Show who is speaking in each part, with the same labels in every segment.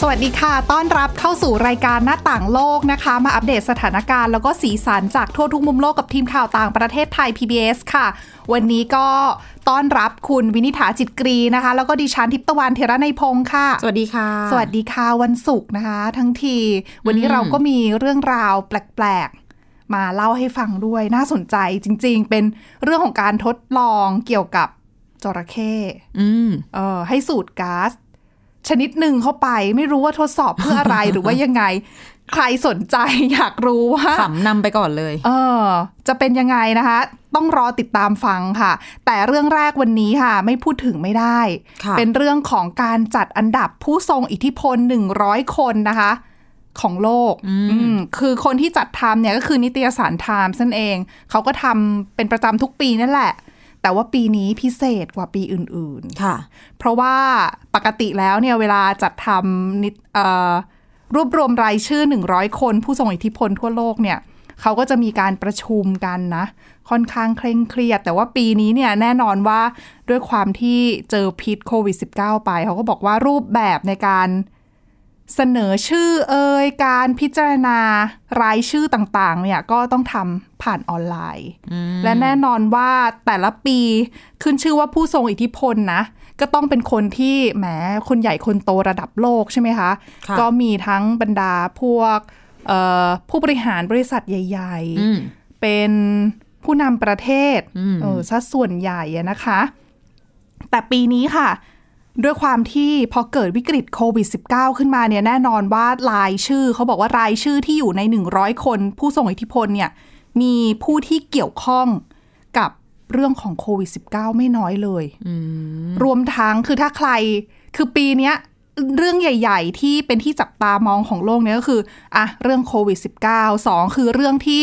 Speaker 1: สวัสดีค่ะ ต้อนรับเข้าสู่รายการหน้าต่างโลกนะคะ มาอัปเดตสถานการณ์แล้วก็สีสันจากทั่วทุกมุมโลกกับทีมข่าวต่างประเทศไทย PBS ค่ะ วันนี้ก็ต้อนรับคุณวินิษฐาจิตกรีนะคะ แล้วก็ดิฉันทิพย์ตะวันเทระในยพงค์ค่ะ
Speaker 2: สวัสดีค่ะ
Speaker 1: สวัสดีค่ะวันศุกร์นะคะ ทั้งที วันนี้เราก็มีเรื่องราวแปลกๆ มาเล่าให้ฟังด้วยน่าสนใจจริงๆ เป็นเรื่องของการทดลองเกี่ยวกับจระเข้
Speaker 2: อืม
Speaker 1: เอ่อให้สูดก๊าซชนิดหนึ่งเข้าไป ไม่รู้ว่าทดสอบเพื่ออะไร หรือว่ายังไง ใครสนใจ อยากรู้ว่า
Speaker 2: ขำนำไปก่อนเลย
Speaker 1: เออ จะเป็นยังไงนะคะ ต้องรอติดตามฟังค่ะ แต่เรื่องแรกวันนี้ค่ะ ไม่พูดถึงไม่ได้
Speaker 2: ค่ะ
Speaker 1: เป็นเรื่องของการจัดอันดับผู้ทรงอิทธิพล 100 คนนะคะ ของโลกอืมคือคนที่จัดทำเนี่ยก็คือนิตยสารไทม์นั่นเอง เขาก็ทำเป็นประจำทุกปีนั่นแหละ แต่ว่าปีนี้พิเศษกว่าปีอื่น ๆ
Speaker 2: ค่ะ
Speaker 1: เพราะว่าปกติแล้วเนี่ยเวลาจัดทำนิดเอ่อรวบรวมรายชื่อ 100 คนผู้ทรงอิทธิพลทั่วโลกเนี่ยเขาก็จะมีการประชุมกันนะ ค่อนข้างเคร่งเครียด แต่ว่าปีนี้เนี่ยแน่นอนว่าด้วยความที่เจอพิษโควิด -19 ไป เขาก็บอกว่ารูปแบบในการเสนอชื่อเอ่ยการพิจารณารายชื่อต่างๆเนี่ยก็ต้องทำผ่านออนไลน์ และแน่นอนว่าแต่ละปีขึ้นชื่อว่าผู้ทรงอิทธิพลนะ ก็ต้องเป็นคนที่แหมคนใหญ่คนโตระดับโลกใช่ไหมคะ
Speaker 2: ค่ะ
Speaker 1: ก็มีทั้งบรรดาพวกเอ่อผู้บริหารบริษัทใหญ่ ๆ
Speaker 2: อืม
Speaker 1: เป็นผู้นำประเทศ
Speaker 2: อืม
Speaker 1: เออซะส่วนใหญ่อะนะคะ แต่ปีนี้ค่ะ ด้วยความที่พอเกิดวิกฤตโควิด -19 ขึ้นมาเนี่ยแน่นอนว่ารายชื่อเขาบอกว่ารายชื่อที่อยู่ใน 100 คน ผู้ทรงอิทธิพลเนี่ยมีผู้ที่เกี่ยวข้องกับเรื่องของโควิด -19 ไม่น้อยเลย รวมทั้งคือถ้าใครคือปีเนี้ยเรื่องใหญ่ ๆ ที่เป็นที่จับตามองของโลกเนี่ยก็คืออ่ะเรื่องโควิด -19 สองคือเรื่องที่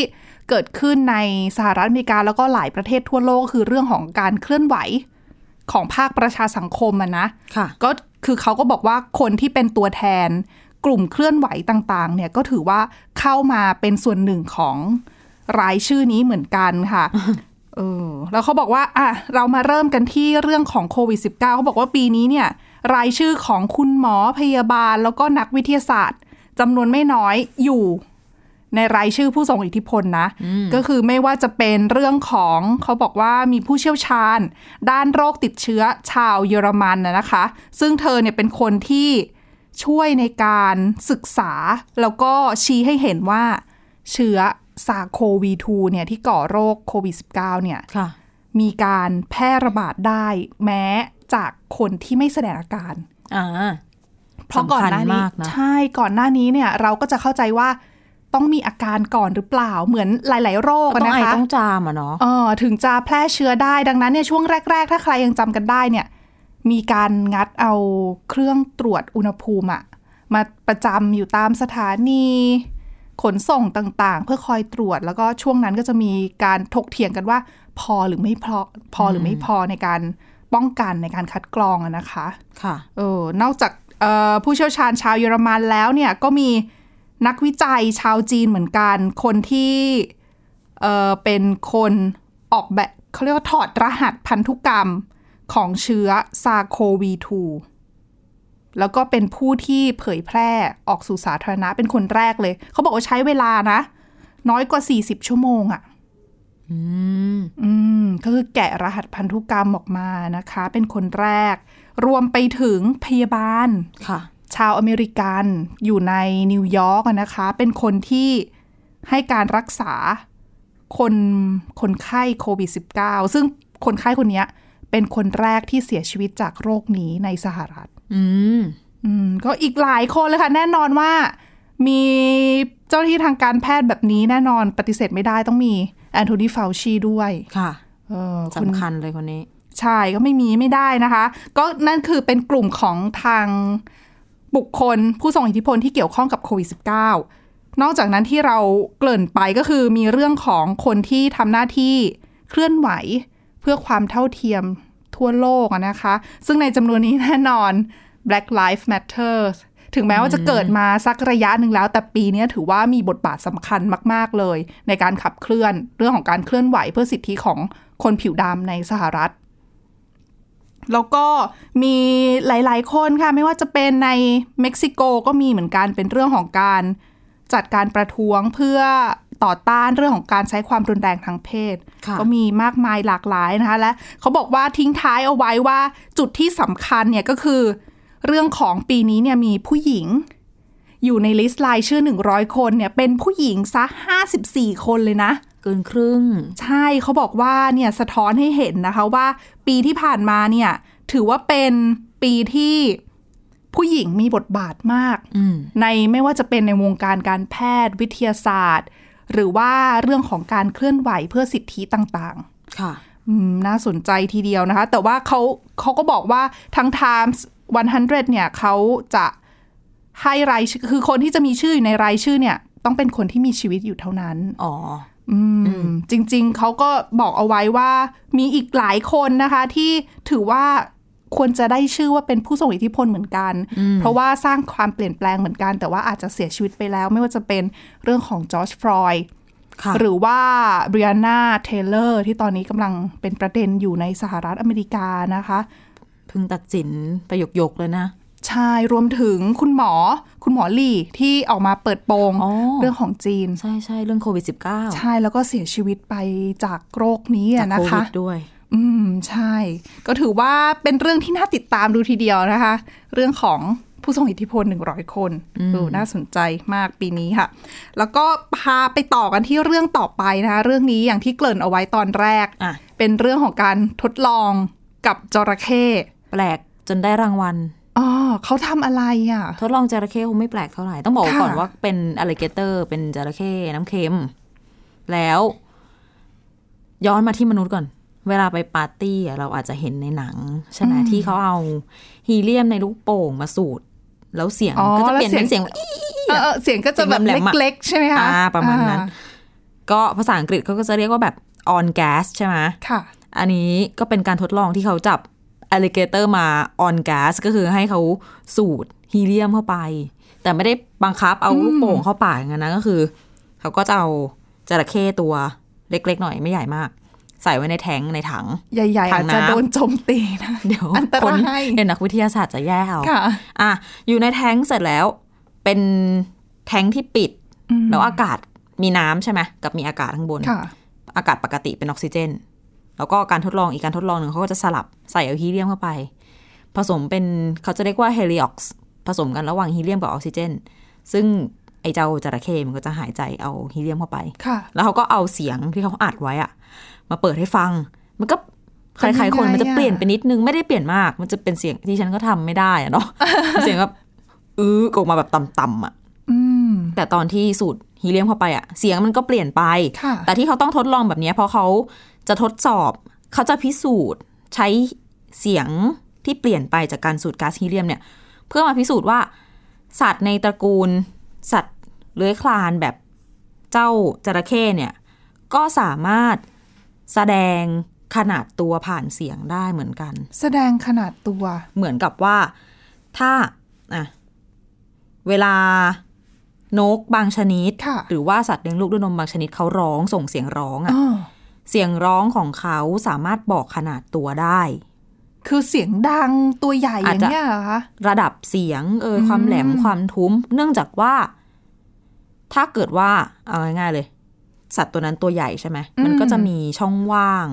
Speaker 1: เกิดขึ้นในสหรัฐอเมริกาแล้วก็หลายประเทศทั่วโลกก็คือเรื่องของการเคลื่อนไหวของภาคประชาสังคมอะนะ
Speaker 2: ค่ะ
Speaker 1: ก็คือเขาก็บอกว่าคนที่เป็นตัวแทนกลุ่มเคลื่อนไหวต่างๆ เนี่ยก็ถือว่าเข้ามาเป็นส่วนหนึ่งของรายชื่อนี้เหมือนกันค่ะ เออแล้วเขาบอกว่าอ่ะเรามาเริ่มกันที่เรื่องของโควิด -19 เขาบอกว่าปีนี้เนี่ย รายชื่อของคุณหมอพยาบาล แล้วก็นักวิทยาศาสตร์จำนวนไม่น้อยอยู่ ในรายชื่อผู้ทรงอิทธิพลนะ ก็คือไม่ว่าจะเป็นเรื่องของเขาบอกว่ามีผู้เชี่ยวชาญ ด้านโรคติดเชื้อชาวเยอรมันนะนะคะ ซึ่งเธอเนี่ยเป็นคนที่ช่วยในการศึกษา แล้วก็ชี้ให้เห็นว่าเชื้อซาโควี2เนี่ยที่ก่อโรคโควิด -19 เนี่ย
Speaker 2: ค่ะ
Speaker 1: มีการแพร่ระบาดได้แม้จากคนที่ไม่แสดงอาการ
Speaker 2: อ่า
Speaker 1: เพราะก่อนหน้า
Speaker 2: สำคัญ
Speaker 1: นี้
Speaker 2: มากนะ
Speaker 1: ใช่ก่อนหน้านี้เนี่ยเราก็จะเข้าใจว่าต้องมีอาการก่อนหรือเปล่าเหมือนหลาย ๆ โรค
Speaker 2: ก็
Speaker 1: อะ
Speaker 2: ต้
Speaker 1: นะ
Speaker 2: องไอ
Speaker 1: คะ
Speaker 2: ต้องจามอะเนาะ
Speaker 1: เออถึงจะแพร่เชื้อได้ดังนั้นเนี่ยช่วงแรก ๆ ถ้าใครยังจำกันได้เนี่ยมีการงัดเอาเครื่องตรวจอุณหภูมิอะมาประจำอยู่ตามสถานีขนส่งต่างๆ เพื่อคอยตรวจแล้วก็ช่วงนั้นก็จะมีการถกเถียงกันว่า พอหรือไม่พอพอหรือไม่พอในการป้องกันในการคัดกรองอะนะคะ
Speaker 2: ค่ะ
Speaker 1: เออนอกจากเอ่อผู้เชี่ยวชาญชาวเยอรมันแล้วเนี่ยก็มีนักวิจัยชาวจีนเหมือนกัน คนที่เอ่อเป็นคนออกแบบเขาเรียกว่าถอดรหัสพันธุกรรมของเชื้อซาโควี2แล้วก็เป็นผู้ที่เผยแพร่ออกสู่สาธารณะเป็นคนแรกเลย เขาบอกว่าใช้เวลานะ น้อยกว่า 40 ชั่วโมงอะ
Speaker 2: อืม
Speaker 1: อืมก็คือแกะรหัสพันธุกรรมออกมานะคะ เป็นคนแรก รวมไปถึงพยาบาล
Speaker 2: ค่ะ
Speaker 1: ชาวอเมริกันอยู่ในนิวยอร์กอะนะคะ เป็นคนที่ให้การรักษาคนคนไข้โควิด -19 ซึ่งคนไข้คนเนี้ยเป็นคนแรกที่เสียชีวิตจากโรคนี้ในสหรัฐ
Speaker 2: อืม
Speaker 1: อืมก็อีกหลายคนเลยค่ะ แน่นอนว่า มีเจ้าหน้าที่ทางการแพทย์แบบนี้แน่นอนปฏิเสธไม่ได้ต้องมีแอนโทนีเฟลชีด้วย
Speaker 2: ค่ะ
Speaker 1: เออคน
Speaker 2: สำคัญเลยคนนี้
Speaker 1: ใช่ก็ไม่มีไม่ได้นะคะ ก็นั่นคือเป็นกลุ่มของทางบุคคลผู้ทรงอิทธิพลที่เกี่ยวข้องกับโควิด -19 นอกจากนั้นที่เราเกริ่นไปก็คือมีเรื่องของคนที่ทำหน้าที่เคลื่อนไหวเพื่อความเท่าเทียมทั่วโลกอะนะคะ ซึ่งในจำนวนนี้แน่นอน Black Lives Matter ถึงแม้ว่าจะเกิดมาสักระยะหนึ่งแล้ว แต่ปีเนี้ยถือว่ามีบทบาทสำคัญมาก ๆ เลย ในการขับเคลื่อนเรื่องของการเคลื่อนไหวเพื่อสิทธิของคนผิวดำในสหรัฐ แล้วก็มีหลาย ๆ คนค่ะ ไม่ว่าจะเป็นในเม็กซิโกก็มีเหมือนกันเป็นเรื่องของการ จัดการประท้วงเพื่อต่อต้านเรื่องของการใช้ความรุนแรงทางเพศ
Speaker 2: ค่ะ
Speaker 1: ก็มีมากมายหลากหลายนะคะและเขาบอกว่าทิ้งท้ายเอาไว้ว่าจุดที่สำคัญเนี่ยก็คือ เรื่องของปีนี้เนี่ยมีผู้หญิง อยู่ในลิสต์รายชื่อ 100 คนเนี่ยเป็นผู้หญิงซะ 54 คนเลยนะ
Speaker 2: เกินครึ่ง
Speaker 1: ใช่เขาบอกว่าเนี่ยสะท้อนให้เห็นนะคะว่า ปีที่ผ่านมาเนี่ยถือว่าเป็นปีที่ผู้หญิงมีบทบาทมาก
Speaker 2: อืม
Speaker 1: ในไม่ว่าจะเป็นในวงการการแพทย์วิทยาศาสตร์ หรือว่าเรื่องของการเคลื่อนไหวเพื่อสิทธิต่าง
Speaker 2: ค่ะ
Speaker 1: ๆอืมน่าสนใจทีเดียวนะคะ แต่ว่าเขาเขาก็บอกว่าทั้ง Times 100 เนี่ยเขาจะให้รายชื่อคือคนที่จะมีชื่ออยู่ในรายชื่อเนี่ย ต้องเป็นคนที่มีชีวิตอยู่เท่านั้น
Speaker 2: อ๋อ
Speaker 1: อืมจริงๆ เขาก็บอกเอาไว้ว่ามีอีกหลายคนนะคะ ที่ถือว่าควรจะได้ชื่อว่าเป็นผู้ทรงอิทธิพลเหมือนกัน เพราะว่าสร้างความเปลี่ยนแปลงเหมือนกัน แต่ว่าอาจจะเสียชีวิตไปแล้ว ไม่ว่าจะเป็นเรื่องของจอร์จฟรอยด์
Speaker 2: ค่ะ
Speaker 1: หรือว่าบริ a าน่าเทเลอร์ที่ตอนนี้กำลังเป็นประเด็นอยู่ในสหรัฐอเมริกานะคะ
Speaker 2: เพึ่งตัดสินไปหยกๆเลยนะ
Speaker 1: ใช่รวมถึงคุณหมอคุณหมอหลี่ที่ออกมาเปิดโปง
Speaker 2: อ๋อ
Speaker 1: เรื่องของจีน
Speaker 2: ใช่ใช่เรื่องโควิด -19
Speaker 1: ใช่แล้วก็เสียชีวิตไปจากโรคนี้
Speaker 2: จา
Speaker 1: อะ
Speaker 2: ก
Speaker 1: นะ
Speaker 2: โควิ
Speaker 1: คะ
Speaker 2: ดด้วย
Speaker 1: อืม ใช่ ก็ถือว่าเป็นเรื่องที่น่าติดตามดูทีเดียวนะคะ เรื่องของผู้ทรงอิทธิพล 100 คนดูน่าสนใจมากปีนี้ค่ะ แล้วก็พาไปต่อกันที่เรื่องต่อไปนะคะ เรื่องนี้อย่างที่เกริ่นเอาไว้ตอนแรก
Speaker 2: อ่ะ
Speaker 1: เป็นเรื่องของการทดลองกับจระเข้
Speaker 2: แปลกจนได้รางวัล
Speaker 1: อ๋อเขาทำอะไรอ่ะ
Speaker 2: ทดลองจระเข้คงไม่แปลกเท่าไหร่ ต้องบอกไว้ก่อน
Speaker 1: ค่ะ
Speaker 2: ว่าเป็นอ l ล i เกเตอร์ เป็นจระเข้น้ำเค็ม แล้ว ย้อนมาที่มนุษย์ก่อน เวลาไปปาร์ตี้อะเราอาจจะเห็นในหนังใช่ไหมที่เขาเอาฮีเลียมในลูกโป่งมาสูดแล้วเสียง
Speaker 1: อ๋อ
Speaker 2: ก็จะเปลี่ยน
Speaker 1: แล้วเสียง
Speaker 2: เป็นเสี
Speaker 1: เอ
Speaker 2: ยง
Speaker 1: อเออเสียงก็จะแบบ
Speaker 2: แหลมๆอะ
Speaker 1: เล็ก ๆ ใช่ไหมคะ
Speaker 2: อ่าประมาณนั้น
Speaker 1: อ่
Speaker 2: ก็ภาษาอังกฤษเขาก็จะเรียกว่าแบบ on gas ใช่ไหม
Speaker 1: ค่ะ
Speaker 2: อันนี้ก็เป็นการทดลองที่เขาจับ a l ล i เกเตอร์มาออนแก๊สก็คือให้เขาสูดฮีเลียมเข้าไป แต่ไม่ได้บังคับเอาลูกโป่งเข้าปากอย่างนั้นนะก็คือ เขาก็จะเอาจระเข้ตัวเล็กๆหน่อยไม่ใหญ่มาก ใส่ไว้ในแทงในถัง
Speaker 1: ใหญ่ๆ
Speaker 2: ถั
Speaker 1: อาง จ
Speaker 2: น้ำ
Speaker 1: จะโดนโจมตีนะ
Speaker 2: เดี๋ยว
Speaker 1: อันตราย
Speaker 2: คนเดี๋ยวนักวิทยาศาสตร์จะแย่เอา
Speaker 1: ค่ะ
Speaker 2: อ่ะอยู่ในแท้งเสร็จแล้วเป็นแท้งที่ปิด แล้วอากาศมีน้ำใช่ไหมกับมีอากาศข้างบน
Speaker 1: ค่ะ
Speaker 2: อากาศปกติเป็นออกซิเจน แล้วก็การทดลองอีกการทดลองหนึ่งเขาก็จะสลับใส่เอาฮีเลียมเข้าไป ผสมเป็นเขาจะเรียกว่าเฮลิออกซ์ผสมกันระหว่างฮีเลียมกับออกซิเจน ซึ่งไอเจ้าจระเข้มันก็จะหายใจเอาฮีเลียมเข้าไป
Speaker 1: ค่ะ
Speaker 2: แล้วเขาก็เอาเสียงที่เขาอัดไว้อะมาเปิดให้ฟัง มันก็ใค
Speaker 1: เป็นยังไง
Speaker 2: รๆคนมันจะ
Speaker 1: อะ
Speaker 2: เปลี่ยนไปนิดนึงไม่ได้เปลี่ยนมาก มันจะเป็นเสียงที่ฉันก็ทำไม่ได้อะเนาะ เสียงแบบ อื้อออกมาแบบต่ำๆอะ
Speaker 1: อืม
Speaker 2: แต่ตอนที่สูตรฮีเลียมเข้าไปอะเสียงมันก็เปลี่ยนไป
Speaker 1: ค่ะ
Speaker 2: แต่ที่เขาต้องทดลองแบบเนี้ยเพราะเขาจะทดสอบเขาจะพิสูจน์ใช้เสียงที่เปลี่ยนไปจากการสูดก๊าซฮีเลียมเนี่ย เพื่อมาพิสูจน์ว่า สัตว์ในตระกูล สัตว์เลื้อยคลานแบบเจ้าจระเข้เนี่ย ก็สามารถแสดงขนาดตัวผ่านเสียงได้เหมือนกัน
Speaker 1: แสดงขนาดตัว
Speaker 2: เหมือนกับว่าถ้าอ่ะเวลานกบางชนิด
Speaker 1: ค่ะ
Speaker 2: หรือว่าสัตว์เลี้ยงลูกด้วยนมบางชนิดเขาร้องส่งเสียงร้อง
Speaker 1: อ
Speaker 2: อะ่ะ
Speaker 1: อ
Speaker 2: เสียงร้องของเขาสามารถบอกขนาดตัวได้
Speaker 1: คือเสียงดังตัวใหญ่อ
Speaker 2: อาจ
Speaker 1: ย่าง
Speaker 2: จะ
Speaker 1: เงี้ยเหรอคะ
Speaker 2: ระดับเสียงเออ
Speaker 1: อืม
Speaker 2: ความแหลมความทุ้ม เนื่องจากว่า ถ้าเกิดว่าเอาง่ายๆเลย สัตว์ตัวนั้นตัวใหญ่ใช่ไหมมันก็จะมีช่องว่าง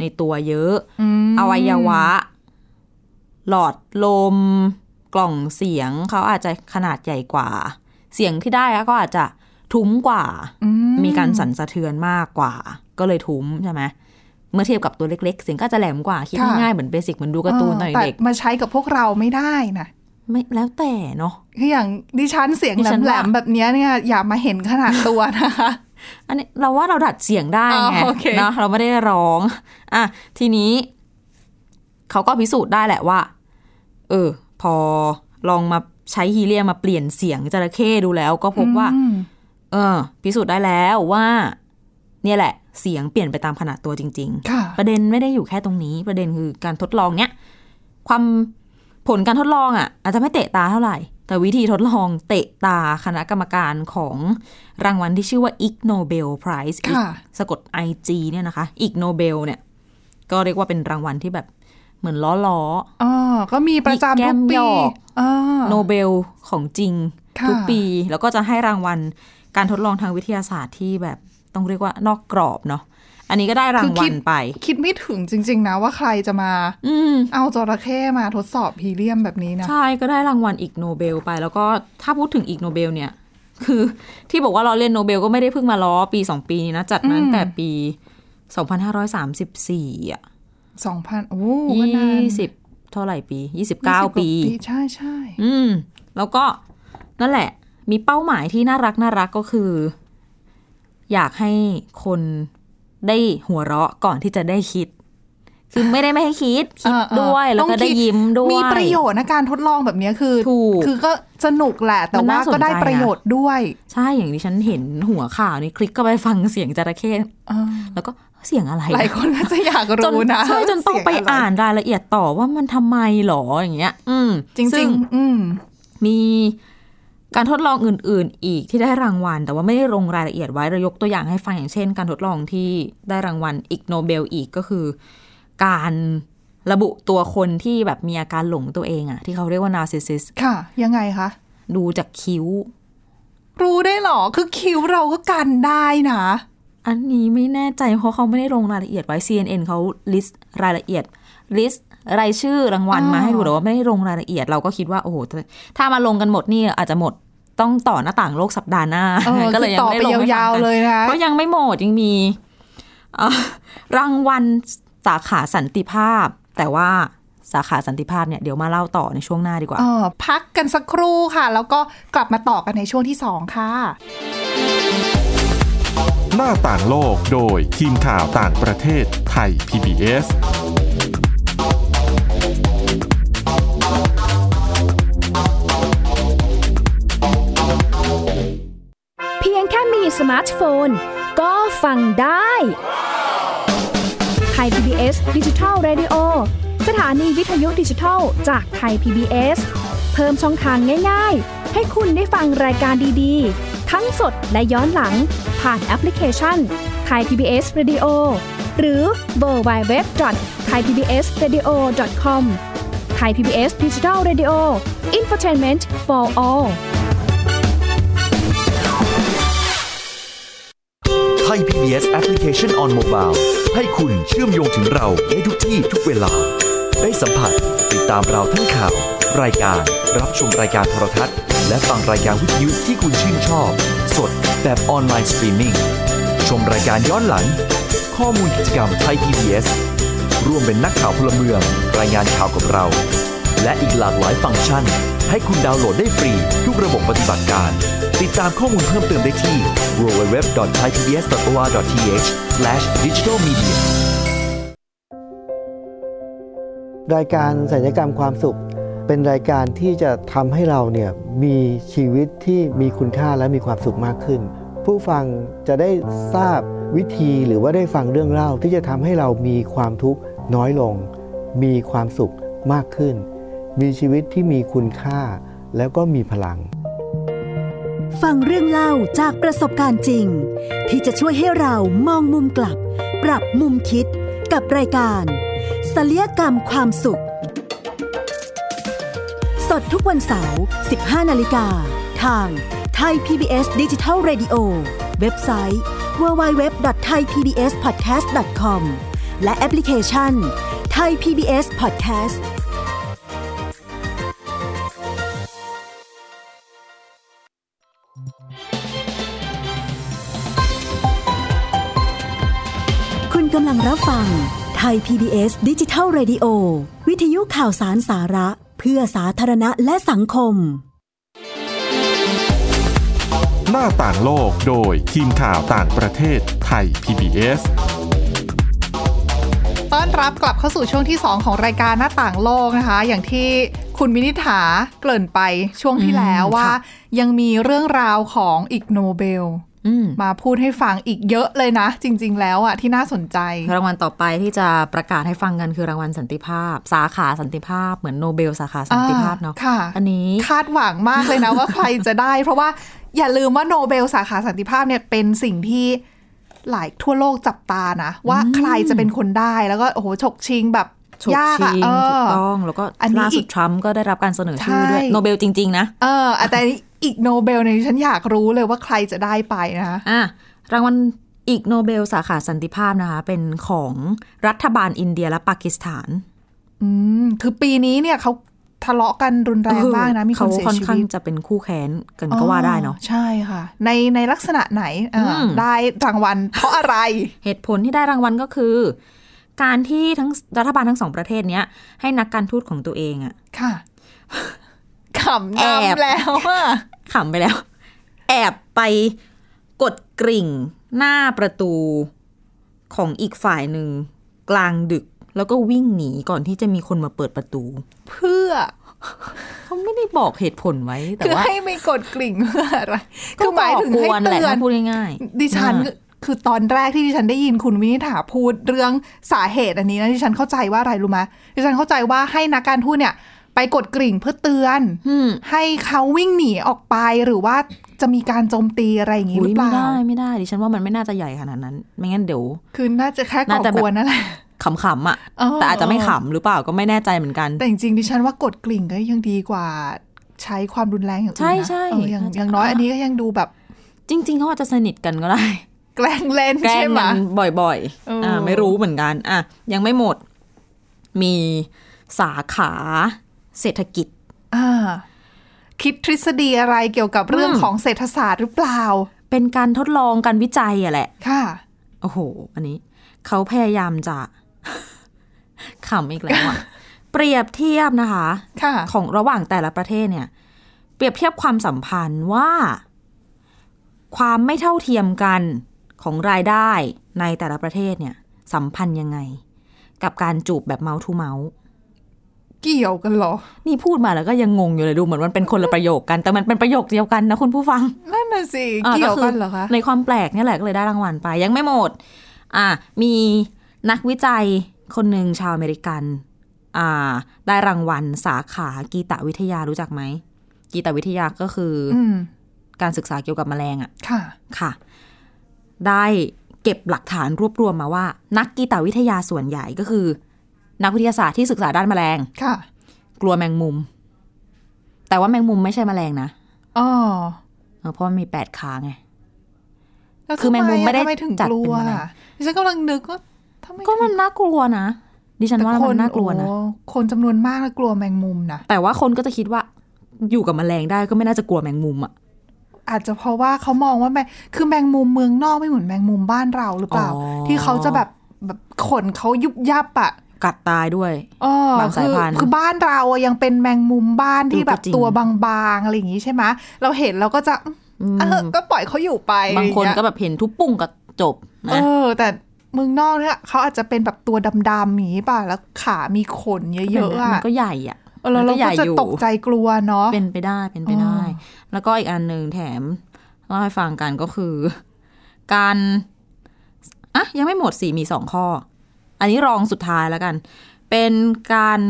Speaker 2: ในตัวเยอะ
Speaker 1: ม
Speaker 2: อวัยวะ หลอดลม กล่องเสียงเขาอาจจะขนาดใหญ่กว่า เสียงที่ได้ก็อาจจะทุ้มกว่า
Speaker 1: อืม
Speaker 2: มีการสั่นสะเทือนมากกว่า ก็เลยทุ้มใช่ไหมเมื่อเทียบกับตัวเล็กๆ เสียงก็จะแหลมกว่า คิดง่ายๆเหมือนเบสิกเหมือนดูการ์ตูนตอน
Speaker 1: แต่
Speaker 2: เด็ก
Speaker 1: มาใช้กับพวกเราไม่ได้นะ
Speaker 2: ๆไม่แล้วแต่เนาะ
Speaker 1: คืออย่างดิฉันเสียง
Speaker 2: ดิ
Speaker 1: แ
Speaker 2: ฉันว่า
Speaker 1: หลมๆแบบเนี้ยเนี่ยอย่ามาเห็นขนาดตัวนะคะ
Speaker 2: อันนี้เราว่าเราดัดเสียงได้
Speaker 1: อ๋อ
Speaker 2: ไง
Speaker 1: โอเค
Speaker 2: เนาะเราไม่ได้ร้อง อ่ะทีนี้เขาก็พิสูจน์ได้แหละว่า เออ พอลองมาใช้ฮีเลียมมาเปลี่ยนเสียงจระเข้ดูแล้ว ก็พบว่า
Speaker 1: อืม
Speaker 2: เออ พิสูจน์ได้แล้วว่า เนี่ยแหละ เสียงเปลี่ยนไปตามขนาดตัวจริง
Speaker 1: ค่ะ
Speaker 2: ๆ ประเด็นไม่ได้อยู่แค่ตรงนี้ ประเด็นคือการทดลองเนี้ยความผลการทดลองอ่ะ อาจจะไม่เตะตาเท่าไหร่ แต่วิธีทดลองเตะตาคณะกรรมการของรางวัลที่ชื่อว่า Ig Nobel Prize
Speaker 1: ค่ะ
Speaker 2: Ig สะกด IG เนี่ยนะคะ Ig Nobel เนี่ย ก็เรียกว่าเป็นรางวัลที่แบบเหมือนล้อล้อ
Speaker 1: อ๋อก็มีประ
Speaker 2: หยิก
Speaker 1: จำ
Speaker 2: แก้
Speaker 1: ทุ
Speaker 2: ม
Speaker 1: กปี
Speaker 2: หยอก
Speaker 1: อ่า
Speaker 2: โนเบลของจริง
Speaker 1: ค่ะ
Speaker 2: ทุกปี แล้วก็จะให้รางวัลการทดลองทางวิทยาศาสตร์ที่แบบต้องเรียกว่านอกกรอบเนาะอันนี้ก็ได้รางวัลไป
Speaker 1: คิดไม่ถึงจริง ๆ นะว่าใครจะมา
Speaker 2: อืม
Speaker 1: เอาจระเข้มาทดสอบฮีเลียมแบบนี้นะ
Speaker 2: ใช่ก็ได้รางวัลอีกโนเบลไป แล้วก็ถ้าพูดถึงอีกโนเบลเนี่ย คือที่บอกว่าเราเล่นโนเบลก็ไม่ได้เพิ่งมาล้อปีสองปีนี้นะ จัดมาตั้งแต่ปี 2534 อ่ะ
Speaker 1: สองพันโอ้ก็นาน
Speaker 2: 20 เท่าไหร่ปี 29 ปี
Speaker 1: ยี่สิบว่ใช่ใช่
Speaker 2: อืม แล้วก็นั่นแหละ มีเป้าหมายที่น่ารักน่ารักก็คือ อยากให้คนได้หัวเราะก่อนที่จะได้คิด คือไม่ได้ไม่ให้คิด คิด
Speaker 1: เออเออ
Speaker 2: ด้วยแล้ว
Speaker 1: ต้อง
Speaker 2: ก็ได้
Speaker 1: คิ
Speaker 2: ยิ้มด้วย
Speaker 1: มีประโยชน์นะการทดลองแบบเนี้ยคือ
Speaker 2: ถูก
Speaker 1: คือก็สนุกแหละ แต่
Speaker 2: มั
Speaker 1: ว่า
Speaker 2: นน่าสน
Speaker 1: ก็ได้
Speaker 2: ใจนะ
Speaker 1: ประโยชน์ด้วย
Speaker 2: ใช่อย่างที่ฉันเห็นหัวข่าวนี่คลิกก็ไปฟังเสียงจระเข้
Speaker 1: อ่า
Speaker 2: แล้วก็เสียงอะไร
Speaker 1: หลายคนก็จะอยาก
Speaker 2: จน
Speaker 1: รู้นะ
Speaker 2: ใช่จนต้องไป
Speaker 1: เสียะร
Speaker 2: อ่านรายละเอียดต่อว่ามันทำไมหรออย่างเงี้ย อืม
Speaker 1: จริ
Speaker 2: ซึ่
Speaker 1: ง ๆ อืม
Speaker 2: มีการทดลองอื่น ๆ อีกที่ได้รางวัล แต่ว่าไม่ได้ลงรายละเอียดไว้เรายกตัวอย่างให้ฟังอย่างเช่น การทดลองที่ได้รางวัลอีกโนเบลอีกก็คือ การระบุตัวคนที่แบบมีอาการหลงตัวเองอะที่เขาเรียกว่านาร์ซิสซิส
Speaker 1: ค่ะ ยังไงคะ
Speaker 2: ดูจากคิ้ว
Speaker 1: รู้ได้เหรอ คือคิ้วเราก็กันได้นะ
Speaker 2: อันนี้ไม่แน่ใจเพราะเขาไม่ได้ลงรายละเอียดไว้ CNN เขา list รายละเอียด list รายชื่อรางวัล
Speaker 1: อ๋อ
Speaker 2: มาให้ดูแต่ว่าไม่ได้ลงรายละเอียดเราก็คิดว่า โอ้โห ถ้ามาลงกันหมดนี่อาจจะหมดต้องต่อหน้าต่างโลกสัปดาห์หน้า
Speaker 1: เออ
Speaker 2: ก็
Speaker 1: คือ
Speaker 2: เลยยัง
Speaker 1: ต่อ
Speaker 2: ไม่
Speaker 1: ไป
Speaker 2: ได้ลงให้
Speaker 1: ยาวๆ
Speaker 2: ฟังกั
Speaker 1: เล
Speaker 2: น
Speaker 1: ยนะ
Speaker 2: ก็ยังไม่หมดยังมีเอ่อรางวัลสาขาสันติภาพ แต่ว่าสาขาสันติภาพเนี่ยเดี๋ยวมาเล่าต่อในช่วงหน้าดีกว่า
Speaker 1: เออพักกันสักครู่ค่ะ แล้วก็กลับมาต่อกันในช่วงที่ 2 ค่ะ
Speaker 3: หน้าต่างโลกโดยทีมข่าวต่างประเทศไทย PBS
Speaker 4: เพียงแค่มีสมาร์ทโฟน ก็ฟังได้ไทย PBS ดิจิทัล Radio สถานีวิทยุดิจิทัลจากไทย PBS เพิ่มช่องทางง่ายๆ ให้คุณได้ฟังรายการดีๆ ทั้งสดและย้อนหลัง ผ่านแอปพลิเคชันไทย PBS Radio หรือเวอร์ไบเว็บจอดไทยพีบีเอสเรดิโอคอมไทยพีบีเอสดิจิทัลเรดิโออินฟอร์ทนเมนต์ for all
Speaker 5: ไทย PBS Application on Mobile ให้คุณเชื่อมโยงถึงเราในทุกที่ทุกเวลา ได้สัมผัสติดตามเราทั้งข่าว รายการ รับชมรายการโทรทัศน์ และฟังรายการวิทยุที่คุณชื่นชอบ สดแบบออนไลน์สตรีมมิ่งชมรายการย้อนหลัง ข้อมูลกิจกรรมไทย PBS ร่วมเป็นนักข่าวพลเมือง รายงานข่าวกับเรา และอีกหลากหลายฟังก์ชัน ให้คุณดาวน์โหลดได้ฟรี ทุกระบบปฏิบัติการ ติดตามข้อมูลเพิ่มเติมได้ที่ www.thaipbs.or.th/digitalmedia
Speaker 6: รายการศัลยกรรมความสุข เป็นรายการที่จะทำให้เราเนี่ยมีชีวิตที่มีคุณค่าและมีความสุขมากขึ้น ผู้ฟังจะได้ทราบวิธีหรือว่าได้ฟังเรื่องเล่าที่จะทำให้เรามีความทุกข์น้อยลง มีความสุขมากขึ้น มีชีวิตที่มีคุณค่าแล้วก็มีพลัง
Speaker 7: ฟังเรื่องเล่าจากประสบการณ์จริง ที่จะช่วยให้เรามองมุมกลับ ปรับมุมคิดกับรายการศัลยกรรมความสุข สดทุกวันเสาร์ 15 นาฬิกา ทางไทย PBS d i g i ดิจิ Radio เว็บไซต์ www.thaipbspodcast.com และแอปพลิเคชัน Thai PBS Podcastคุณกำลังรับฟังไทย PBS ดิจิทัล Radio วิทยุข่าวสารสาระ เพื่อสาธารณะและสังคม
Speaker 3: หน้าต่างโลกโดยทีมข่าวต่างประเทศไทย PBS
Speaker 1: ต้อนรับกลับเข้าสู่ช่วงที่ 2 ของรายการหน้าต่างโลกนะคะ อย่างที่คุณมินิษฐาเกริ่นไปช่วงที่แล้ว
Speaker 2: อืม
Speaker 1: ว่า
Speaker 2: ค่ะ
Speaker 1: ยังมีเรื่องราวของอีกโนเบล
Speaker 2: อืม
Speaker 1: มาพูดให้ฟังอีกเยอะเลยนะ จริง ๆ แล้วอะที่น่าสนใจ
Speaker 2: รางวัลต่อไปที่จะประกาศให้ฟังกันคือรางวัลสันติภาพ สาขาสันติภาพเหมือนโนเบลสาขาสันติภาพเนาะ
Speaker 1: อ่ค่ะ
Speaker 2: อันนี้
Speaker 1: คาดหวังมากเลยนะ ว่าใครจะได้ เพราะว่าอย่าลืมว่าโนเบลสาขาสันติภาพเนี่ยเป็นสิ่งที่หลายทั่วโลกจับตานะ ว่าใครจะเป็นคนได้แล้วก็โอ้โหฉกชิงแบบ
Speaker 2: ฉก
Speaker 1: ยาก
Speaker 2: ชิ
Speaker 1: อะ
Speaker 2: ง
Speaker 1: เอ
Speaker 2: ถูก
Speaker 1: อ
Speaker 2: ต้อง แล้วก็
Speaker 1: อันนี้
Speaker 2: ล่าสุ
Speaker 1: อีก
Speaker 2: ดทรัมป์ก็ได้รับการเสนอชื่อด้วย
Speaker 1: ใช่
Speaker 2: โนเบลจริง ๆ นะ
Speaker 1: เออแต่อีกโนเบลเนี่ยดิฉันอยากรู้เลยว่าใครจะได้ไปนะคะ
Speaker 2: อ่ะรางวัลอีกโนเบลสาขาสันติภาพนะคะ เป็นของรัฐบาลอินเดียและปากีสถาน
Speaker 1: อืมคือปีนี้เนี่ยเขาทะเลาะกันรุนแรงมากนะ มีค
Speaker 2: เขา
Speaker 1: นเสีย
Speaker 2: ค่อน
Speaker 1: ชี
Speaker 2: ข้าง
Speaker 1: วิต
Speaker 2: จะเป็นคู่แค้นกันก็ว่าได้เนาะ
Speaker 1: อ๋อใช่ค่ะ ในในลักษณะไหนเอออ
Speaker 2: ม
Speaker 1: ได้รางวัลเพราะอะไร
Speaker 2: เหตุผลที่ได้รางวัลก็คือ การที่ทั้งรัฐบาลทั้งสองประเทศเนี้ยให้นักการทูตของตัวเองอะ
Speaker 1: ค่ะ ขำนำแล้วอะ
Speaker 2: ขำไปแล้ว แอบไปกดกริ่งหน้าประตูของอีกฝ่ายหนึ่งกลางดึก แล้วก็วิ่งหนีก่อนที่จะมีคนมาเปิดประตู
Speaker 1: เพื่อ
Speaker 2: เขาไม่ได้บอกเหตุผลไว้ แต่
Speaker 1: คือ
Speaker 2: ว่า
Speaker 1: ให้ไม่กดกลิ่งเพื่ออะไร
Speaker 2: ก็
Speaker 1: คือหมายถึง
Speaker 2: ก่
Speaker 1: ให้
Speaker 2: กวนแหละ
Speaker 1: เตือน
Speaker 2: ถ้าพูดง่าย
Speaker 1: ดิฉันคือตอนแรกที่ดิฉันได้ยินคุณวินิษฐาพูดเรื่องสาเหตุอันนี้นะดิฉันเข้าใจว่าอะไรรู้ไหมดิฉันเข้าใจว่าให้นักการทูตเนี่ย ไปกดกริ่งเพื่อเตือน
Speaker 2: อืม
Speaker 1: ให้เขาวิ่งหนีออกไปหรือว่าจะมีการโจมตีอะไรอย่างนี้ห
Speaker 2: อุ๊
Speaker 1: รื
Speaker 2: ย
Speaker 1: อเป
Speaker 2: ไม่
Speaker 1: ล่า
Speaker 2: ได้ไม่ได้ดิฉันว่ามันไม่น่าจะใหญ่ขนาดนั้น ไม่งั้นเดี๋ยว
Speaker 1: คือน่าจะแค่ก่
Speaker 2: น่า
Speaker 1: อ
Speaker 2: จะแบบ
Speaker 1: กวนนั่นแหละ
Speaker 2: ขำๆอ่ะ
Speaker 1: เออ
Speaker 2: แต่อาจจะไม่ขำหรือเปล่าก็ไม่แน่ใจเหมือนกัน
Speaker 1: แต่จริงๆดิฉันว่ากดกลิ่งก็ยังดีกว่าใช้ความรุนแรงอย่างอื่นนะ
Speaker 2: ใช่ใช่
Speaker 1: เอออย่าง
Speaker 2: น่าจะ
Speaker 1: อย่างน้อยอันนี้ก็ยังดูแบบ
Speaker 2: จริง ๆเขาอาจจะสนิทกันก็ได้
Speaker 1: แกล้งเล่น
Speaker 2: แกล้
Speaker 1: ใช่
Speaker 2: ง
Speaker 1: ไหม
Speaker 2: กันบ่อยๆ
Speaker 1: เอออ่
Speaker 2: ่าไม่รู้เหมือนกัน อ่ะ ยังไม่หมด มีสาขาเศรษฐกิจ
Speaker 1: อ่าคิดทฤษฎีอะไรเกี่ยวกับเรื่อง
Speaker 2: อืม
Speaker 1: ของเศรษฐศาสตร์หรือเปล่า
Speaker 2: เป็นการทดลองการวิจัยอะแหละ
Speaker 1: ค่ะ
Speaker 2: โอ้โห อันนี้ เขาพยายามจะ ขำอีกแล้วอะ เปรียบเทียบนะคะ
Speaker 1: ค่ะ
Speaker 2: ของระหว่างแต่ละประเทศเนี่ย เปรียบเทียบความสัมพันธ์ว่า ความไม่เท่าเทียมกันของรายได้ในแต่ละประเทศเนี่ย สัมพันธ์ยังไง กับการจูบแบบเมาส์ทูเมาส์
Speaker 1: เกี่ยวกันเหรอ
Speaker 2: นี่พูดมาแล้วก็ยังงงอยู่เลยดูเหมือนมันเป็นคนละประโยคกัน แต่มันเป็นประโยคเดียวกันนะคุณผู้ฟัง
Speaker 1: นั่นน่ะสิ
Speaker 2: อ่ะ
Speaker 1: เกี่ยวกันเหรอคะ
Speaker 2: ในความแปลกเนี่ยแหละก็เลยได้รางวัลไป ยังไม่หมด อ่ะมีนักวิจัยคนหนึ่งชาวอเมริกัน อ่า ได้รางวัลสาขากีตวิทยารู้จักไหมกีตวิทยาก็คืออ
Speaker 1: อืม
Speaker 2: การศึกษาเกี่ยวกับแมลงอ่ะ
Speaker 1: ค่ะ
Speaker 2: ค่ะ ได้เก็บหลักฐานรวบรวมมาว่า นักกีตวิทยาส่วนใหญ่ก็คือ นักวิทยาศาสตร์ที่ศึกษาด้านแมลง
Speaker 1: ค่ะ
Speaker 2: กลัวแมงมุม แต่ว่าแมงมุมไม่ใช่แมลงนะ
Speaker 1: อ๋อ
Speaker 2: เออเพราะมันมีแปดขาไง
Speaker 1: ล้ว
Speaker 2: คือแมงมุม
Speaker 1: ทำ
Speaker 2: ไม่ได้
Speaker 1: ทำถึง
Speaker 2: จัด
Speaker 1: กลัว
Speaker 2: เป็นแมลง
Speaker 1: อะดิฉันกำลังนึกว่าทำไม
Speaker 2: ก็มันน่ากลัวนะ ดิฉันว่า
Speaker 1: แต่ค
Speaker 2: มันน่ากลัวนะ
Speaker 1: โอ้คนจำนวนมากนะกลัวแมงมุมนะ
Speaker 2: แต่ว่าคนก็จะคิดว่า อยู่กับแมลงได้ก็ไม่น่าจะกลัวแมงมุมอ่ะ
Speaker 1: อาจจะเพราะว่าเขามองว่าแมงคือแมงมุมเมืองนอกไม่เหมือนแมงมุมบ้านเราหรือเปล่า
Speaker 2: อ๋อ
Speaker 1: ที่เขาจะแบบแบบขนเขายุบยับอะ
Speaker 2: กัดตายด้วย
Speaker 1: เออบ
Speaker 2: างสายพันธุ์
Speaker 1: คือคือบ้านเราอะยังเป็นแมงมุมบ้านที่
Speaker 2: เออก็
Speaker 1: แบบ
Speaker 2: จริง
Speaker 1: ตัวบางๆอะไรอย่างนี้ใช่ไหมเราเห็นเราก็จะเออก็ปล่อยเขาอยู่ไป
Speaker 2: บางค
Speaker 1: อะ
Speaker 2: น
Speaker 1: ไรอย่
Speaker 2: ก็แบบเห็นทุบปุ่งก็จบ
Speaker 1: เอ
Speaker 2: นะ
Speaker 1: อ แต่เมืองนอกเนี่ยเขาอาจจะเป็นแบบตัวดำๆอย่างนี้ป่ะแล้วขามีขนเยอะๆ
Speaker 2: มั
Speaker 1: อะ
Speaker 2: ก็ใหญ่อ่ะ
Speaker 1: เออแล้ว
Speaker 2: มั
Speaker 1: เรา
Speaker 2: นใหญ่
Speaker 1: ก็จะ
Speaker 2: อยู่
Speaker 1: ตกใจกลัวเนาะ
Speaker 2: เป็นไปได้เป็นไปได้ แล้วก็อีกอันหนึ่งแถมเล่าให้ฟังกันก็คือ การอ่ะยังไม่หมดสี่มีสองข้อ อันนี้รองสุดท้ายแล้วกัน เป็นการ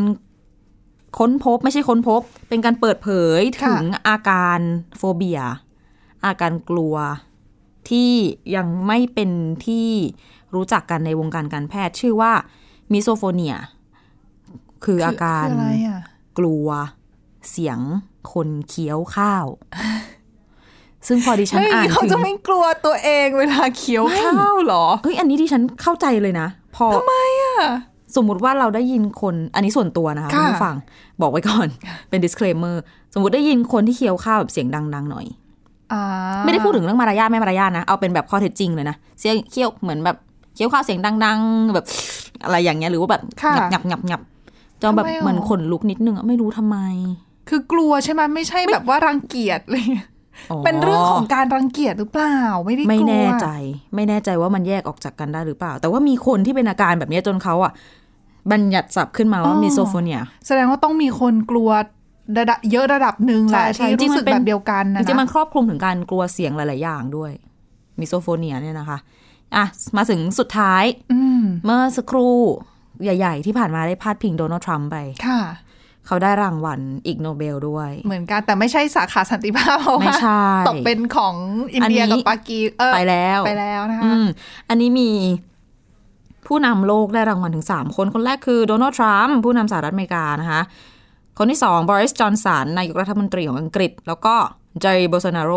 Speaker 2: ค้นพบไม่ใช่ค้นพบ เป็นการเปิดเผย
Speaker 1: ค่ะ
Speaker 2: ถึงอาการโฟเบีย อาการกลัวที่ยังไม่เป็นที่รู้จักกันในวงการการแพทย์ชื่อว่ามิโซโฟเนีย คืออาการ
Speaker 1: คืออะไรอ่ะ
Speaker 2: กลัวเสียงคนเคี้ยวข้าว ซึ่งพอดิฉัน
Speaker 1: เฮ้ย
Speaker 2: อ่าน
Speaker 1: เขา
Speaker 2: ถึ
Speaker 1: จะ
Speaker 2: ง
Speaker 1: ไม่กลัวตัวเองเวลาเคี้ยวข้าวเหรอ
Speaker 2: เฮ้ย อันนี้ดิฉันเข้าใจเลยนะ พอทำไมอ่ะ สมมุติว่าเราได้ยินคน อันนี้ส่วนตัวนะคะ
Speaker 1: ค่ะ
Speaker 2: ณผู้ฟัง บอกไว้ก่อน เป็น disclaimer สมมติได้ยินคนที่เคี้ยวข้าวแบบเสียงดัง ๆ หน่อย
Speaker 1: อ่า
Speaker 2: ไม่ได้พูดถึงเรื่องมารยาทไม่มารยาทนะ เอาเป็นแบบข้อเท็จจริงเลยนะ เสียงเคี้ยวเหมือนแบบเคี้ยวข้าวเสียงดัง ๆ แบบ อะไรอย่างเงี้ย หรือว่าแบบ
Speaker 1: ค่ะ
Speaker 2: งับงับงับจอแบบ
Speaker 1: ทำไมหรอ
Speaker 2: เหมือนขนลุกนิดนึงอะไม่รู้ทำไม
Speaker 1: คือกลัวใช่ไหมไม่ใช่แบบว่ารังเกียจอะไรอย่างเงี้ย
Speaker 2: อ๋อ
Speaker 1: เป็นเรื่องของการรังเกียจหรือเปล่า ไม่ได้กลัว
Speaker 2: ไม่แน่ใจ ไม่แน่ใจว่ามันแยกออกจากกันได้หรือเปล่า แต่ว่ามีคนที่เป็นอาการแบบเนี้ยจนเขาอ่ะบัญญัติศัพท์ขึ้นมาว่ามีโซโฟเนีย
Speaker 1: แสดงว่าต้องมีคนกลัวระดับเยอะระดับหนึ่งแหละ
Speaker 2: ใช่
Speaker 1: ที่
Speaker 2: ใช่
Speaker 1: รู้สึก
Speaker 2: จริงๆมันเป็น
Speaker 1: แบบเดียวกัน
Speaker 2: จ
Speaker 1: นะ
Speaker 2: ริงๆมัน
Speaker 1: นะ
Speaker 2: ครอบคลุมถึงการกลัวเสียงหลาย ๆ อย่างด้วย มิโซโฟเนียเนี่ยนะคะอ่ะมาถึงสุดท้าย เมื่อสักครู่ใหญ่ ๆ ที่ผ่านมาได้พาดพิงโดนัลด์ทรัมป์ไป
Speaker 1: ค่ะ
Speaker 2: เขาได้รางวัลอีกโนเบลด้วย
Speaker 1: เหมือนกันแต่ไม่ใช่สาขาสันติภาพเพราะ
Speaker 2: ไม่
Speaker 1: ว่า
Speaker 2: ใช่
Speaker 1: ตกเป็นของอินเดีย
Speaker 2: อันนี้
Speaker 1: กับปากีเออ
Speaker 2: ไปแล้ว
Speaker 1: ไปแล้วนะ
Speaker 2: อื
Speaker 1: คะ
Speaker 2: มอันนี้มีผู้นำโลกได้รางวัลถึง 3 คน คนแรกคือโดนัลด์ทรัมป์ผู้นำสหรัฐอเมริกานะคะ คนที่2บริสจอนสันนายกรัฐมนตรีของอังกฤษ แล้วก็เจอร์โบโซนาโร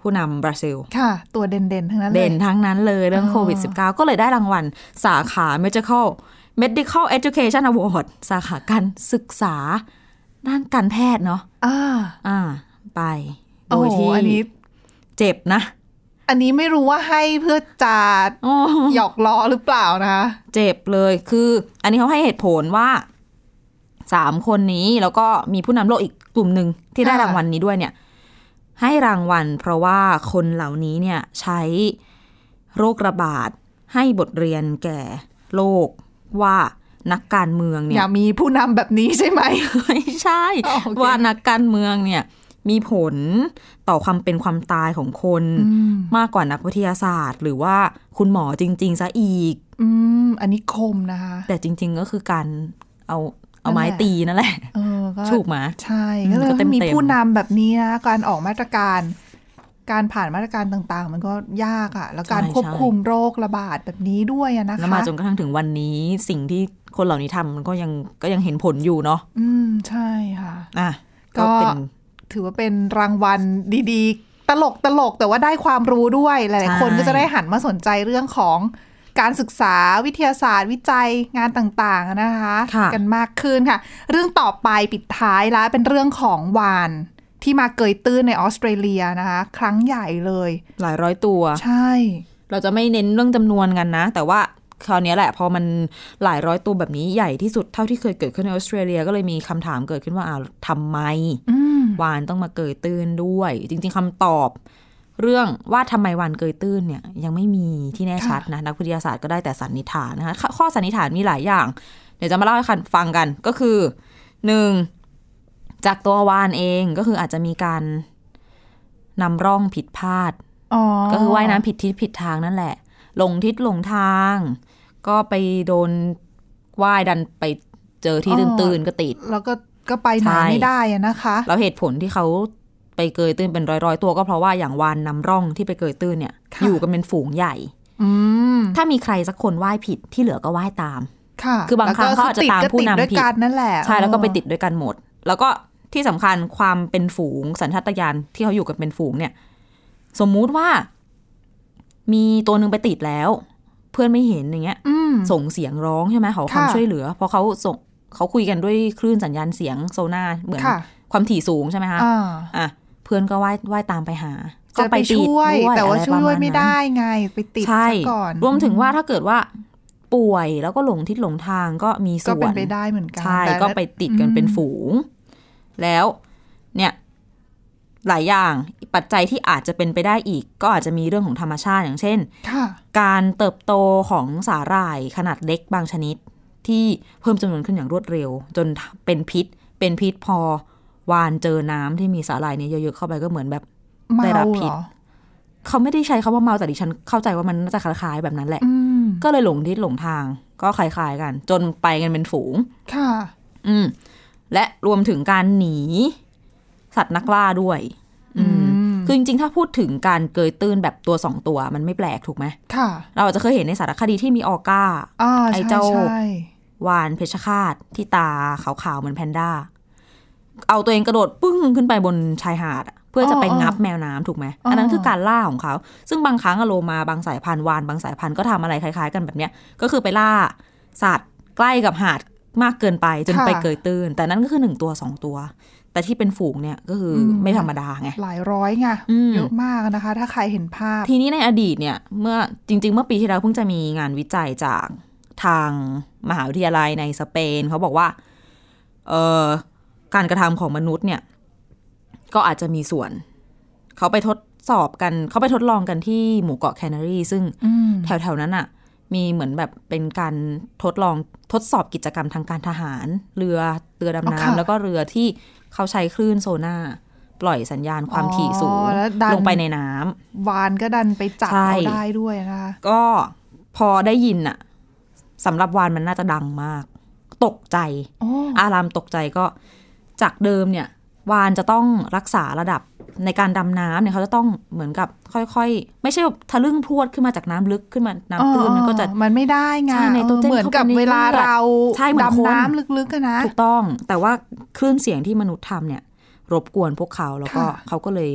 Speaker 2: ผู้นำบราซิล
Speaker 1: ค่ะ ตัวเด่นๆทั้งนั้นเลย
Speaker 2: เด่นทั้งนั้นเลยเรื่องโควิด -19 ก็เลยได้รางวัลสาขา medical medical education award สาขาการศึกษา ด้านการแพทย์เนาะ
Speaker 1: อ่า
Speaker 2: อ่า ไป โด
Speaker 1: โอ้
Speaker 2: ย
Speaker 1: โห
Speaker 2: ที่
Speaker 1: อันนี้
Speaker 2: เจ็บนะ
Speaker 1: อันนี้ไม่รู้ว่าให้เพื่อจะ
Speaker 2: อ๋อ
Speaker 1: หยอกล้อหรือเปล่านะคะ
Speaker 2: เจ็บเลยคือ อันนี้เขาให้เหตุผลว่าสามคนนี้แล้วก็มีผู้นำโลกอีกกลุ่มหนึ่งที่ได้
Speaker 1: ค่ะ
Speaker 2: รางวัลนี้ด้วยเนี่ย ให้รางวัล เพราะว่าคนเหล่านี้เนี่ยใช้โรคระบาดให้บทเรียนแก่โลกว่านักการเมือง
Speaker 1: อ
Speaker 2: เนี่ย
Speaker 1: ย่ามีผู้นำแบบนี้ใช่ ไหม
Speaker 2: ไม่ใช่
Speaker 1: อ๋อโอเค
Speaker 2: ว่านักการเมืองเนี่ยมีผลต่อความเป็นความตายของคนมากกว่านักวิทยาศาสตร์ หรือว่าคุณหมอจริง ๆ ซะอีก
Speaker 1: อืม อันนี้คมนะคะ
Speaker 2: แต่จริง ๆ ก็คือการเอาเอา
Speaker 1: นั่นแหละ
Speaker 2: ไม้ตีนั่นแหละ
Speaker 1: เออก็
Speaker 2: ถูกไหม
Speaker 1: ใช่
Speaker 2: อืม
Speaker 1: ก็เลย
Speaker 2: ก็เต็มๆ
Speaker 1: มีผู้นำแบบนี้นะการออกมาตรการ การผ่านมาตรการต่างๆ มันก็ยากอะแล้วการควบคุมโรคระบาดแบบนี้ด้วยอะนะ
Speaker 2: แล้ว
Speaker 1: คะ
Speaker 2: มาจนกระทั่งถึงวันนี้สิ่งที่คนเหล่านี้ทำมันก็ยังก็ยังเห็นผลอยู่เนาะ
Speaker 1: อืมใช่ค่ะ
Speaker 2: อ่ะ
Speaker 1: ก็
Speaker 2: ก็เป็น
Speaker 1: ถือว่าเป็นรางวัลดีๆ ตลกตลกๆแต่ว่าได้ความรู้ด้วย หลายๆ คน
Speaker 2: ใช่
Speaker 1: ก็จะได้หันมาสนใจเรื่องของการศึกษาวิทยาศาสตร์ วิจัยงานต่างๆนะคะ กันมากขึ้นค่ะ เรื่องต่อไปปิดท้ายแล้วเป็นเรื่องของวานที่มาเกยตื้นในออสเตรเลียนะคะ ครั้งใหญ่เลย
Speaker 2: หลายร้อยตัว
Speaker 1: ใช่
Speaker 2: เราจะไม่เน้นเรื่องจำนวนกันนะ แต่ว่าคราวเนี้ยแหละ พอมันหลายร้อยตัวแบบนี้ใหญ่ที่สุดเท่าที่เคยเกิดขึ้นในออสเตรเลียก็เลยมีคำถามเกิดขึ้นว่าอ้าวทำไม
Speaker 1: อืม
Speaker 2: วานต้องมาเกยตื้นด้วย จริง ๆคำตอบ เรื่องว่าทำไมวานเกยตื้นเนี่ย ยังไม่มีที่แน่ชัดนะ นักวิทยาศาสตร์ก็ได้แต่สันนิษฐานนะคะข้อข้อสันนิษฐานมีหลายอย่าง เดี๋ยวจะมาเล่าให้คันฟังกันก็คือหนึ่งจากตัววานเองก็คืออาจจะมีการนำร่องผิดพลาด
Speaker 1: อ๋อ
Speaker 2: ก็คือว่ายน้ำผิดทิศผิดทางนั่นแหละ หลงทิศหลงทาง ก็ไปโดนว่ายดันไปเจอที่ตื้นๆก็ติด
Speaker 1: แล้วก็ก็ไปไหน
Speaker 2: ใช่
Speaker 1: ไม่ได้อะนะคะ
Speaker 2: แล้วเหตุผลที่เขาไปเกยตื้นเป็นร้อยๆตัวก็เพราะว่าอย่างวานนำร่องที่ไปเกยตื้นเนี่ย
Speaker 1: ค่ะ
Speaker 2: อยู่กันเป็นฝูงใหญ่
Speaker 1: อืม
Speaker 2: ถ้ามีใครสักคนว่ายผิดที่เหลือก็ว่ายตาม
Speaker 1: ค่ะ
Speaker 2: คือบางครั้ง
Speaker 1: แล้ว
Speaker 2: เขาอาจจะ
Speaker 1: ติด
Speaker 2: ตาม
Speaker 1: ก็
Speaker 2: ผู้
Speaker 1: ติด
Speaker 2: นำ
Speaker 1: ด้วย
Speaker 2: ผิด
Speaker 1: กันนั่นแหละ
Speaker 2: ใช่แล้วก็ไปติ
Speaker 1: ด
Speaker 2: ดด้วยกันหมด แล้วก็ที่สำคัญความเป็นฝูงสัญชาตญาณที่เขาอยู่กันเป็นฝูงเนี่ย สมมุติว่า มีตัวหนึ่งไปติดแล้ว เพื่อนไม่เห็นอย่างเงี้ย
Speaker 1: อืม
Speaker 2: ส่งเสียงร้องใช่ไหมขอความ
Speaker 1: ค่ะ
Speaker 2: ช่วยเหลือ เพราะเขาส่งเขาคุยกันด้วยคลื่นสัญญาณเสียงโซน่าเหมือน
Speaker 1: ค่ะ
Speaker 2: ความถี่สูงใช่ไหมคะ
Speaker 1: อ่า
Speaker 2: อ่ะเพื่อนก็ว่ายว่ายตามไปหา ก็
Speaker 1: จะไป
Speaker 2: ติด
Speaker 1: ช่วย
Speaker 2: ด้
Speaker 1: แต่ว่า
Speaker 2: อะไร
Speaker 1: ช่
Speaker 2: ประ
Speaker 1: วย
Speaker 2: ณ
Speaker 1: ไม่
Speaker 2: นั้น
Speaker 1: ได้ไงไปติด
Speaker 2: ใช่
Speaker 1: ซะก่อน
Speaker 2: รวมถึงว่าถ้าเกิดว่า ป่วยแล้วก็หลงทิศหลงทางก็มีส่ว
Speaker 1: ก็
Speaker 2: น
Speaker 1: เป็นไปได้เหมือนกัน
Speaker 2: ใช่
Speaker 1: แต่
Speaker 2: ก็ไปติดกันเป็น
Speaker 1: อื
Speaker 2: ฝูง แล้วเนี่ย หลายอย่างปัจจัยที่อาจจะเป็นไปได้อีก ก็อาจจะมีเรื่องของธรรมชาติอย่างเช่น
Speaker 1: มค่ะ
Speaker 2: การเติบโตของสาหร่ายขนาดเล็กบางชนิด ที่เพิ่มจำนวนขึ้นอย่างรวดเร็ว จนเป็นพิษ เป็นพิษพอวานเจอน้ำที่มีสาหร่ายเนี่ยเยอะๆเข้าไปก็เหมือนแบบ
Speaker 1: เมา
Speaker 2: ได้รับ
Speaker 1: เห
Speaker 2: พิ
Speaker 1: ร
Speaker 2: ษ
Speaker 1: อ
Speaker 2: เขาไม่ได้ใช้คาว่าเมาแต่ดิฉันเข้าใจว่ามันน่าจะคล้ายๆแบบนั้นแหละ
Speaker 1: อืม
Speaker 2: ก็เลยหลงทิศหลงทาง ก็คล้ายๆกัน จนไปกันเป็นฝูง
Speaker 1: ค่ะ
Speaker 2: อืมและรวมถึงการหนี สัตว์นักล่าด้วย อืม
Speaker 1: อืม
Speaker 2: คือจริงๆ ถ้าพูดถึงการเกยตื้นแบบตัวสองตัว มันไม่แปลกถูกไหม
Speaker 1: ค่ะ
Speaker 2: เราอาจจะเคยเห็นในสารคดีที่มีออก้า
Speaker 1: อ่า
Speaker 2: ไอ้
Speaker 1: ใช่
Speaker 2: เจ้า
Speaker 1: ใช่
Speaker 2: วานเพชรฆาตที่ตาขาวๆ เหมือนแพนด้า เอาตัวเองกระโดดปึ้งขึ้นไปบนชายหาดอะเพื่อจะไปงับแมวน้ำถูกไหม อันนั้นคือการล่าของเขา ซึ่งบางครั้งอะโลมาบางสายพันธุ์วานบางสายพันธุ์ก็ทำอะไรคล้ายๆ กันแบบเนี้ย ก็คือไปล่าสัตว์ใกล้กับหาดมากเกินไปจนไปเกยตื้น แต่นั่นก็คือหนึ่งตัวสองตัว แต่ที่เป็นฝูงเนี่ยก็คือไม่ธรรมดาไง
Speaker 1: หลายร้อยไง
Speaker 2: อืม
Speaker 1: เยอะมากนะคะ ถ้าใครเห็นภาพ
Speaker 2: ทีนี้ในอดีตเนี่ยเมื่อจริง ๆ เมื่อปีที่แล้วเพิ่งจะมีงานวิจัยจากทางมหาวิทยาลัยในสเปน เขาบอกว่าเอ่อการกระทำของมนุษย์เนี่ย ก็อาจจะมีส่วน เขาไปทดสอบกัน เขาไปทดลองกันที่หมู่เกาะแคนารีซึ่ง
Speaker 1: อืม
Speaker 2: แถวๆนั้นอะมีเหมือนแบบเป็นการทดลองทดสอบกิจกรรมทางการทหาร เรือเรือดำ
Speaker 1: อ๋อค่ะ
Speaker 2: น้ำแล้วก็เรือที่เขาใช้คลื่นโซน่า ปล่อยสัญญาณความถี่สูง
Speaker 1: อ๋อแล้วดัน
Speaker 2: ลงไปในน้ำ
Speaker 1: วานก็ดันไปจับ
Speaker 2: ใช่
Speaker 1: เอาได้ด้วยนะคะ
Speaker 2: ก็พอได้ยินอะสำหรับวานมันน่าจะดังมาก ตกใจ
Speaker 1: โอ้
Speaker 2: อารามตกใจก็จากเดิมเนี่ย วานจะต้องรักษาระดับในการดำน้ำเนี่ยเขาจะต้องเหมือนกับค่อยๆ ไม่ใช่แบบทะลึ่งพรวดขึ้นมาจากน้ำลึกขึ้นมาน้ำตื้นมันก็จะ
Speaker 1: มันไม่ได้ไง
Speaker 2: ใช่ในตัวเต้น
Speaker 1: เหมือนกับ
Speaker 2: เข้าไปใน
Speaker 1: เวลาเรา
Speaker 2: ใช่เหมือนคน
Speaker 1: ดำน้ำลึกๆกันนะ
Speaker 2: ถูกต้อง แต่ว่าคลื่นเสียงที่มนุษย์ทำเนี่ย รบกวนพวกเขาแล้วก็
Speaker 1: ค่ะ
Speaker 2: เขาก็เลย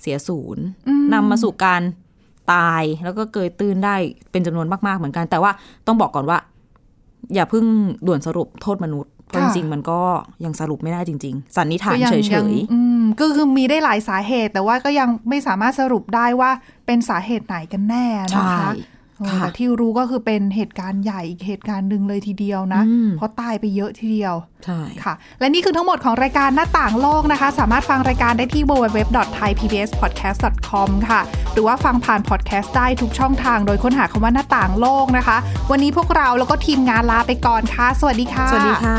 Speaker 2: เสียศูนย์
Speaker 1: อื
Speaker 2: นำมาสู่การตายแล้วก็เกยตื้นได้เป็นจำนวนมาก ๆ เหมือนกัน แต่ว่าต้องบอกก่อนว่า อย่าเพิ่งด่วนสรุปโทษมนุษย์เพราะจริงๆมันก็ยังสรุปไม่ได้จริง ๆ สันนิษฐาน
Speaker 1: ก็ยัง
Speaker 2: เฉ
Speaker 1: ยัง
Speaker 2: ย
Speaker 1: อืมก็คือมีได้หลายสาเหตุ แต่ว่าก็ยังไม่สามารถสรุปได้ว่าเป็นสาเหตุไหนกันแน่
Speaker 2: ๆ
Speaker 1: นะ
Speaker 2: ใช่
Speaker 1: คะเออ
Speaker 2: ค่ะ
Speaker 1: แต่ที่รู้ก็คือเป็นเหตุการณ์ใหญ่อีกเหตุการณ์หนึ่งเลยทีเดียวนะ
Speaker 2: อืม
Speaker 1: เพราะตายไปเยอะทีเดียว
Speaker 2: ใช่
Speaker 1: ค่ะ และนี่คือทั้งหมดของรายการหน้าต่างโลกนะคะ สามารถฟังรายการได้ที่ www.thaipbspodcast.com ค่ะ หรือว่าฟังผ่านพอดแคสต์ได้ทุกช่องทางโดยค้นหาคำว่าหน้าต่างโลกนะคะ วันนี้พวกเราแล้วก็ทีมงานลาไปก่อนค่ะ สวัสดีค่ะ
Speaker 2: สวัสดีค่ะ